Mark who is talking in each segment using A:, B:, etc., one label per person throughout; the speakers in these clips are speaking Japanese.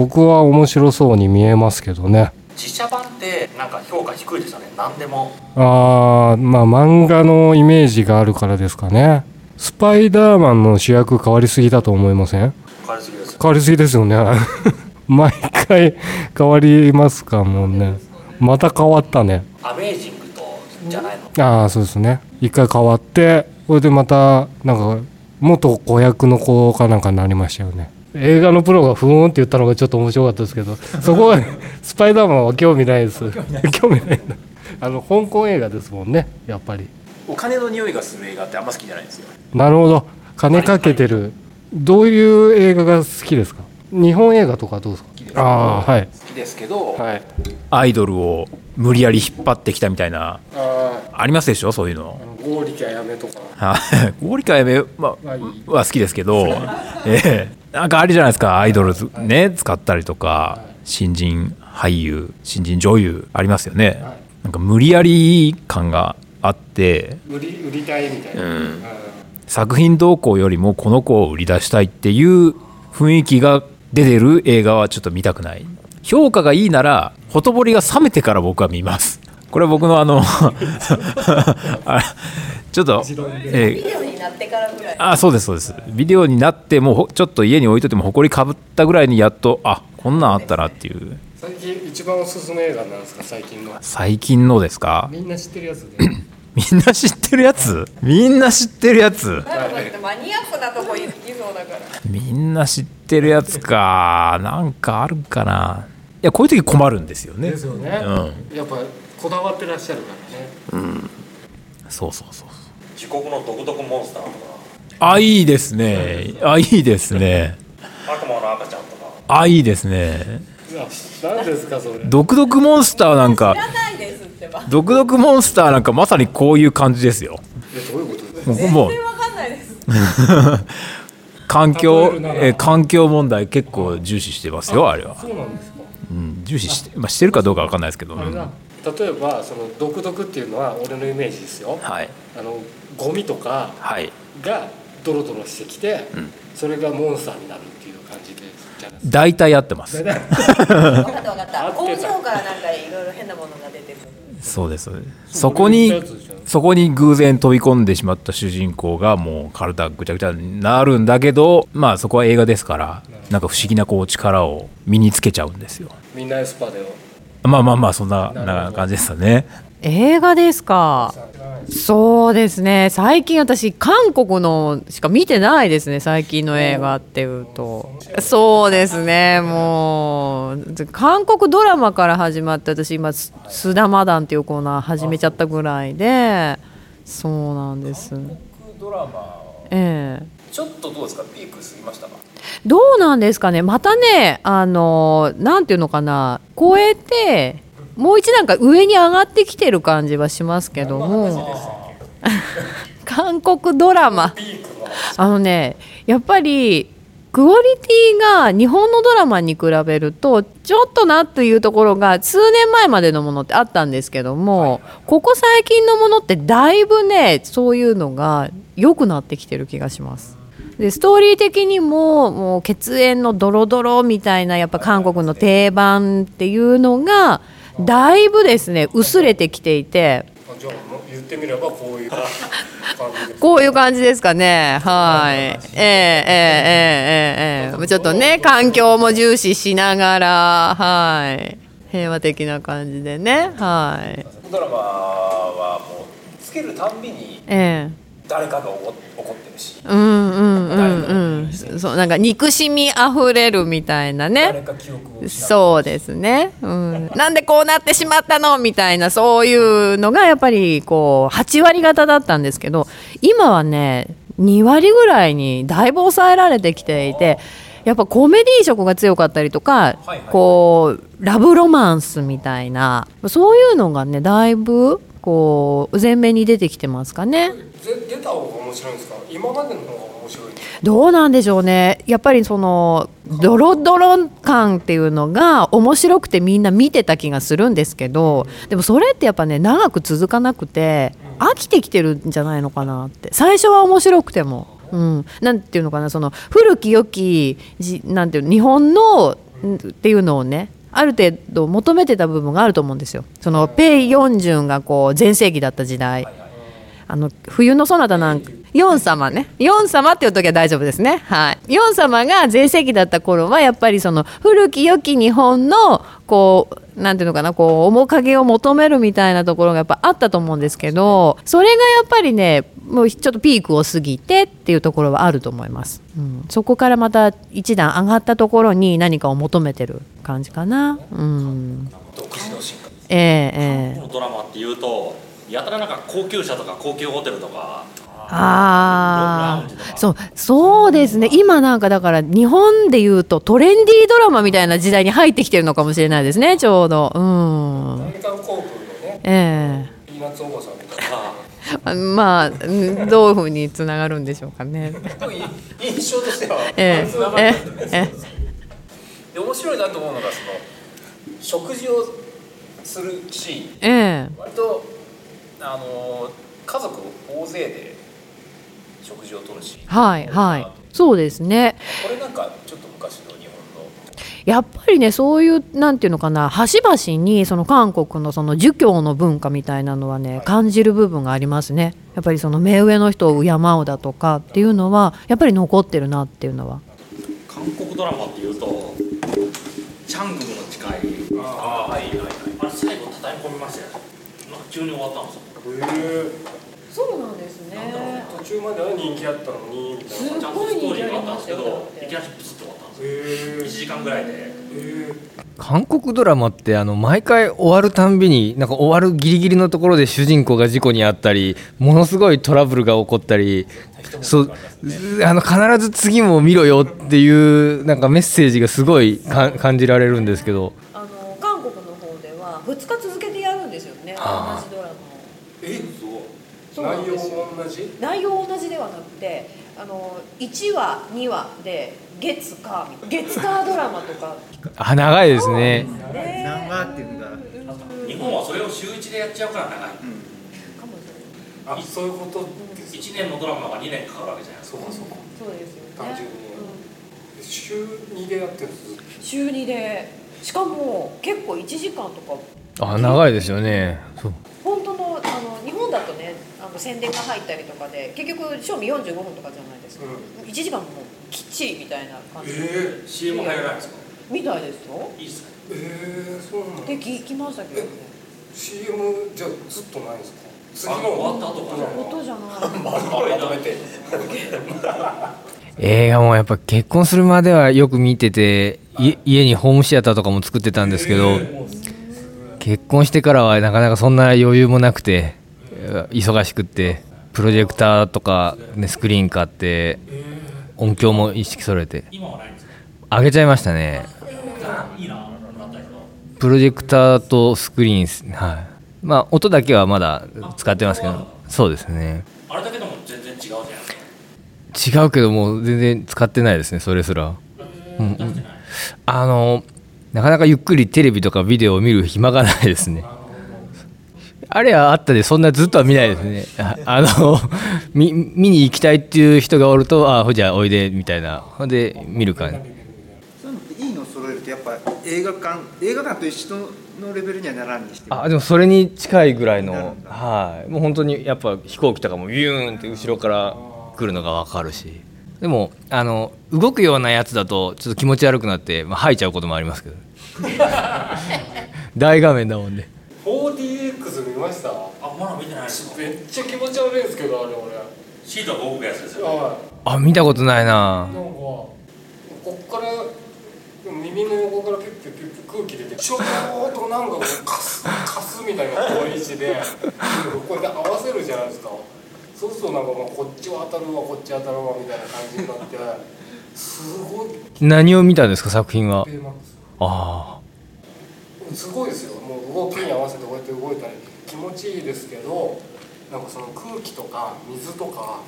A: 僕は面白そうに見えますけどね
B: 実写版ってなんか評価低いですよね何でも
A: あーまあ漫画のイメージがあるからですかねスパイダーマンの主役変わりすぎだと思いません
B: 変わりすぎです
A: 変わりすぎですよね 毎回変わりますかもんねまた変わったね
B: アメージングとじゃないの
A: ああそうですね一回変わってそれでまたなんか元子役の子かなんかになりましたよね映画のプロがふーんって言ったのがちょっと面白かったですけどそこは スパイダーマンは興味ないです興味ないんだあの香港映画ですもんねやっぱり
C: お金の匂いがする映画ってあんま好きじゃないんですよ
A: なるほど金かけてる、どういう映画が好きですか日本映画とかどうですか
C: です
A: ああはい
C: 好きですけど、
A: はい
C: アイドルを無理やり引っ張ってきたみたいなありますでしょそういうの
A: 合理やめとか
C: はい 合理かやめ、ま
A: まあいい
C: は好きですけど、ええなんかありじゃないですかアイドルずね使ったりとか新人俳優新人女優ありますよねなんか無理やり感があって
A: 売り売りたいみたいな、
C: ん作品動向よりもこの子を売り出したいっていう雰囲気が出てる映画はちょっと見たくない評価がいいならほとぼりが冷めてから僕は見ますこれは僕のあ のあちょっと、え
D: ビ
C: え
D: デオになってからぐらい
C: あそうですそうですビデオになってもうほちょっと家に置いといてもほこりかぶったぐらいにやっとあこんなんあったなっていう
A: 最近一番おすすめ映画なんですか最近の
C: 最近のですか
A: みんな知ってるやつで
C: みんな知ってるやつみんな知ってるやつ
D: なんかこうやってマニアックなとこ行きそうだから
C: みんな知ってるやつかなんかあるかないやこういう時困るんですよね
A: ですよね、やっぱこだわってらっしゃるからね
C: そうそうそう
B: 自国の独特モンスターとか
C: あいいですねあいいですね
B: 悪魔の赤ちゃんとか
C: あいいですね
A: 何ですかそれ
C: 毒毒モンスターなんか
D: 知らないですってば
C: 毒毒モンスターなんかまさにこういう感じですよ
A: えどういうことです
C: もうもう
D: 全然わかんないです
C: 環境
A: 例えるなら
C: えー環境問題結構重視してますよあれは、
A: そうなんですか
C: うん、重視して、まあ、してるかどうかわかんないですけど、
A: あ
C: う
A: れ
C: ん
A: だ例えばその独特っていうのは俺のイメージですよ
C: はい
A: あのゴミとか
C: はい
A: がドロドロしてきて、
C: ん
A: それがモンスターになるっていう感じでじゃないです
C: 大体合ってます
A: か
D: わかったわかった
A: 合っ
D: 工
A: てた
D: 場からなんかいろいろ変なものが出てくる
C: そうですそうですそこにそこに偶然飛び込んでしまった主人公がもう体ぐちゃぐちゃになるんだけどまあそこは映画ですからなんか不思議なこう力を身につけちゃうんですよ
A: みんなエスパーで
C: まあまあまあそん
A: な
C: な
A: るほど
C: な感じですよね
E: 映画ですかそうですね最近私韓国のしか見てないですね最近の映画っていうとそうですねもう韓国ドラマから始まって私今「す須田マダン」っていうコーナー始めちゃったぐらいでそうなんです
C: ドラマ
E: ええ
C: ちょっとどうですかピーク過ぎましたか
E: どうなんですかねまたねあのなんていうのかな超えてもう一段階上に上がってきてる感じはしますけども韓国ドラマあのねやっぱりクオリティが日本のドラマに比べるとちょっとなというところが数年前までのものってあったんですけども、ここ最近のものってだいぶねそういうのが良くなってきてる気がします。でストーリー的にももう血縁のドロドロみたいなやっぱ韓国の定番っていうのがだいぶですね薄れてきていて
A: じゃあ言ってみればこういう感じで
E: こういう感じですかねはいええええええええちょっとね環境も重視しながらはい平和的な感じでねはい
C: ドラマはもうつけるたんびに
E: ええ
C: 誰かが怒ってるし
E: うんうんうんうんそうなんか憎しみあふれるみたいなね
C: か記憶を
E: そうですね、うん、なんでこうなってしまったのみたいなそういうのがやっぱりこう8割方だったんですけど今はね2割ぐらいにだいぶ抑えられてきていてやっぱコメディ色が強かったりとか、
C: はいはい
E: こうラブロマンスみたいなそういうのがねだいぶこう前面に出てきてますかね。
A: 出た方が面白いんですか今までの方が面白い
E: どうなんでしょうねやっぱりそのドロドロ感っていうのが面白くてみんな見てた気がするんですけどでもそれってやっぱね長く続かなくて飽きてきてるんじゃないのかなって最初は面白くても。うん、なんていうのかなその古き良きじなんていうの日本のんっていうのをねある程度求めてた部分があると思うんですよ。そのペイ・ヨンジュンがこう全盛期だった時代あの冬のソナタなんかヨン様ねヨン様っていう時は大丈夫ですねはいヨン様が全盛期だった頃はやっぱりその古き良き日本のこうなんていうのかなこう面影を求めるみたいなところがやっぱあったと思うんですけどそれがやっぱりねもうちょっとピークを過ぎてっていうところはあると思います、うん、そこからまた一段上がったところに何かを求めてる感じかなうん
B: 独自の進化
E: ええええ
B: のドラマっていうとやたらなんか高級車とか高級ホテルとか
E: あ
B: ロングラウンジと
E: あ
B: か
E: そうそうですね今なんかだから日本でいうとトレンディードラマみたいな時代に入ってきてるのかもしれないですねちょうどうん
A: アメリカン航空のね
E: ええ
A: ピーナッツおばさんみたい
B: あ
E: あまあうんどういうふうにつながるんでしょうかね
F: 印象としては
E: え ええええ
F: で面白いなと思うのがその食事をするシーン
E: ええ
F: 割とあの家族大勢で食事をとるシーン
E: えはいはいそうですね
F: これなんかちょっと昔の日本の
E: やっぱりねそういうなんていうのかな端々にその韓国のその儒教の文化みたいなのはね感じる部分がありますねやっぱりその目上の人を敬うだとかっていうのはやっぱり残ってるなっていうのは
B: 韓国ドラマっていうとチャングムの誓いああはいはいはいあれ最後叩き込みましたよなんか急に終わったんですよ
A: なへえ
D: そうなんですね。
A: 途中までは人気あったのにみたいなへ
D: す
B: ちゃんと
D: ごい
B: ストー
D: 人
B: リ
D: 気
B: ー
D: あり
B: があったん
D: ま
B: です
D: す
B: け
D: よ。
B: どいきなりブスッと終わったんですよ1時間ぐらいで
A: え
G: 韓国ドラマってあの毎回終わるたんびになんか終わるギリギリのところで主人公が事故に遭ったりものすごいトラブルが起こったりそうあの必ず次も見ろよっていうなんかメッセージがすごいか感じられるんですけど
D: あの韓国の方では2日続けてやるんですよね。同じドラマを。
A: え
D: そうなんですよ
A: も同じ
D: 内容同じではなくてあの1話2話で月火みたいな月火ドラマとか
G: あ長いですね
D: ね
H: 何話っていうのが
B: 日本はそれを週1でやっちゃうから長い
D: かもしれない
A: あそういうことです
B: 1年のドラマが2年かかるわけじゃないです
A: そ
B: か
A: うかそうか
D: そうですよね
A: 単純に週2でやってるんです
D: うん週2でしかも結構1時間とか
G: あ長いですよねそう
D: 本当のあの日本だとねあの宣伝が入ったりとかで結局賞味45分とかじゃないですか、1時間もきっちりみたいな感じ、
A: え
B: CM 入らないんですか
D: みたいですよ
B: いいっすね
A: えええそうなの
D: で聞聞きましたけどね
A: CM じゃあずっとないんですか次
B: あ
A: の
B: の終わった後かな
D: 音じゃない
G: 映画もやっぱ結婚するまではよく見ててい家にホームシアターとかも作ってたんですけど結婚してからはなかなかそんな余裕もなくて忙しくってプロジェクターとか、ね、スクリーン買って音響も一式揃えて
B: 今はないんですか
G: 上げちゃいましたね
B: いいなもらったりとか
G: プロジェクターとスクリーンですはいまあ音だけはまだ使ってますけどそうですね
B: あれだけでも全然違うじゃないですか
G: 違うけどもう全然使ってないですねそれすらうんうんあのなかなかゆっくりテレビとかビデオを見る暇がないですねあれはあったでそんなずっとは見ないですねああの見見に行きたいっていう人がおるとあほいじゃあおいでみたいなほんで見る感じ
H: そういうのっていいの揃えるとやっぱ映画館映画館と一緒のレベルにはならんにしても
G: あでもそれに近いぐらいのはいもう本当にやっぱ飛行機とかもビューンって後ろから来るのが分かるしでもあの動くようなやつだとちょっと気持ち悪くなって、まあ、吐いちゃうこともありますけど大画面だもんね
A: 4DX 見ました
B: あまだ見てないですか
A: めっちゃ気持ち悪いんですけどあれ俺は
B: シートが動くやつです
A: い
B: よ
A: な
B: ね
A: んか
G: あ見たことないな
A: こっからでも耳の横からピュッピュッピュッピュッ空気出てちょうどなんかこうカスカスみたいな遠い位置でこうやって合わせるじゃないですかそうするとなんかもうこっちは当たるわこっちは当たるわみたいな感じになってすごい
G: 何を見たんですか作品は
A: ベイマックス
G: あ
A: すごいですよもう動きに合わせてこうやって動いたり気持ちいいですけどなんかその空気とか水とか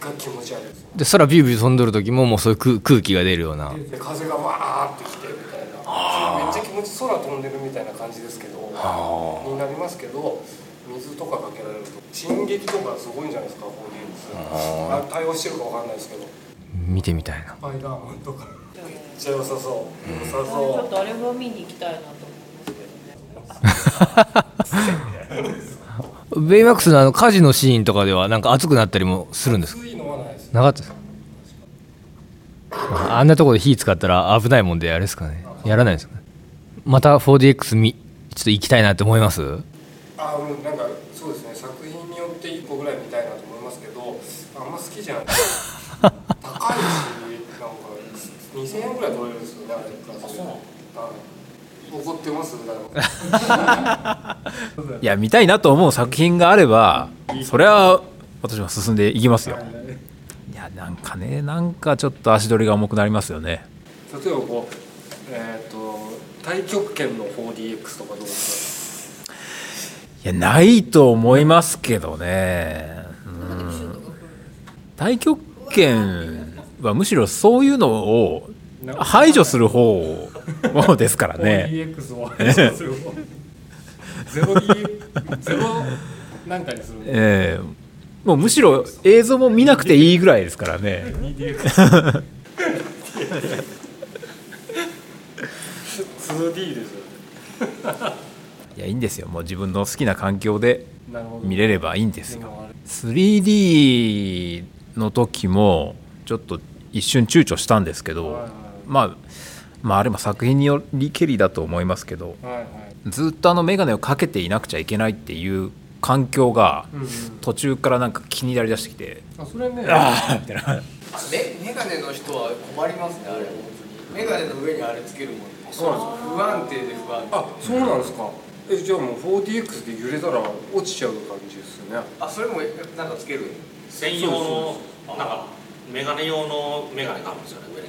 A: が気持ち悪いです
G: あで空ビュービュー飛んどる時ももうそういう空空気が出るような
A: で風がわーってきてみたいなめっちゃ気持ち空飛んでるみたいな感じですけどになりますけど水とかかけられると進撃とかすごいんじゃないですかこういうのあ対応してるかわかんないですけど
G: 見てみたいな
I: スパイダーマンとか
J: めっちゃ良さそう良さ
E: ちょ
J: そ
E: っとあれは見に行きたいなと思いますけどね
G: ベイマックスのあの火事のシーンとかではなんか熱くなったりもするんですか
I: ついのはないです
G: なかったですかああんなところで火使ったら危ないもんであれですかねやらないですかねまた 4DX 見ちょっと行きたいなって思います
A: あもうなんかそうですね作品によって1個ぐらい見たいなと思いますけどあんま好きじゃない高いしなんか2000円ぐらい取れるんですよねあれプラスはい怒ってますだから
C: いや見たいなと思う作品があればそれは私は進んでいきますよいやなんかねなんかちょっと足取りが重くなりますよね
A: 例えばこうえっ、と太極拳の 4DX とかどうです
C: いやないと思いますけどねうん太極拳はむしろそういうのを排除する方ですから
A: か
C: ね
A: 4DX をゼロ 0D ゼロなんかにする
C: ええもうむしろ映像も見なくていいぐらいですからね
A: 2D ですよね
C: いやいいんですよもう自分の好きな環境で
A: なるほど
C: 見れればいいんです
A: で
C: よ
A: もあれ
C: 3D の時もちょっと一瞬躊躇したんですけど、
A: はいはい
C: まあまああれも作品によりけりだと思いますけど
A: はいはい
C: ずっとあの眼鏡をかけていなくちゃいけないっていう環境が
A: うんうん
C: 途中からなんか気になりだしてきて
A: あそれね
C: ああみたいな
J: メメガネの人は困りますねあれメガネの上にあれつけるもん
A: そうなんですか
J: 不安定で不安定
A: あそうなんですかえじゃあもう 4DX で揺れたら落ちちゃう感じですよね
J: あそれもなんかつける
B: 専用のなんかメガネ用のメガネがあるんですよね上に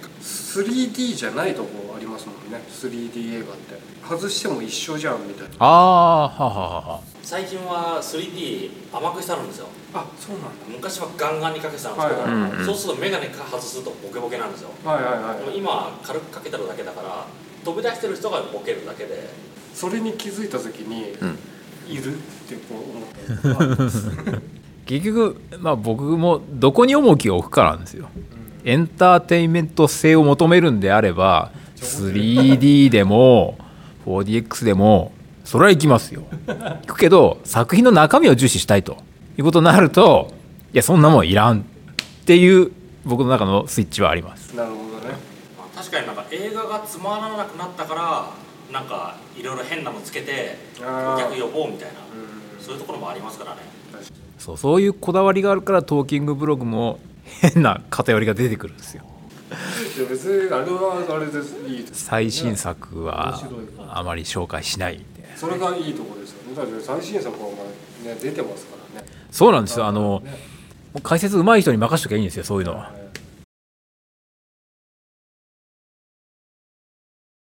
A: 3D じゃないとこありますもんね 3D 映画って外しても一緒じゃんみたいな
C: ああはあはあはあ
B: 最近は 3D 甘くしてあるんですよ
A: あそうなん
B: 昔はガンガンにかけてたんですけど、
A: はい
C: はいはい
B: そうするとメガネか外すとボケボケなんですよ
A: だはいはい
B: で
A: は
B: も
A: い
B: 今は軽くかけてるだけだから飛び出してる人がボケるだけで
A: それに気づいた時に、
C: ん
A: いるってこう思ったりとか
C: 結局、まあ、僕もどこに重きを置くかなんですよエンターテインメント性を求めるんであれば 3D でも 4DX でもそれは行きますよ行くけど作品の中身を重視したいということになるといやそんなもんいらんっていう僕の中のスイッチはあります
A: なるほどね
B: まあ確かになんか映画がつまらなくなったからなんかいろいろ変なのつけて
A: あー
B: お客呼ぼうみたいな
A: うん
B: そういうところもありますからね
C: そうそういうこだわりがあるからトーキングブログも変な偏りが出てくるんですよ
A: いや別にあれはあれですいいです
C: 最新作は
A: 面白いか
C: あまり紹介しないみたいな
A: それがいいとこですよねだって最新作はお前ね出てますからね
C: そうなんですよあのもう解説うまい人に任しときゃいいんですよそういうのは
A: はい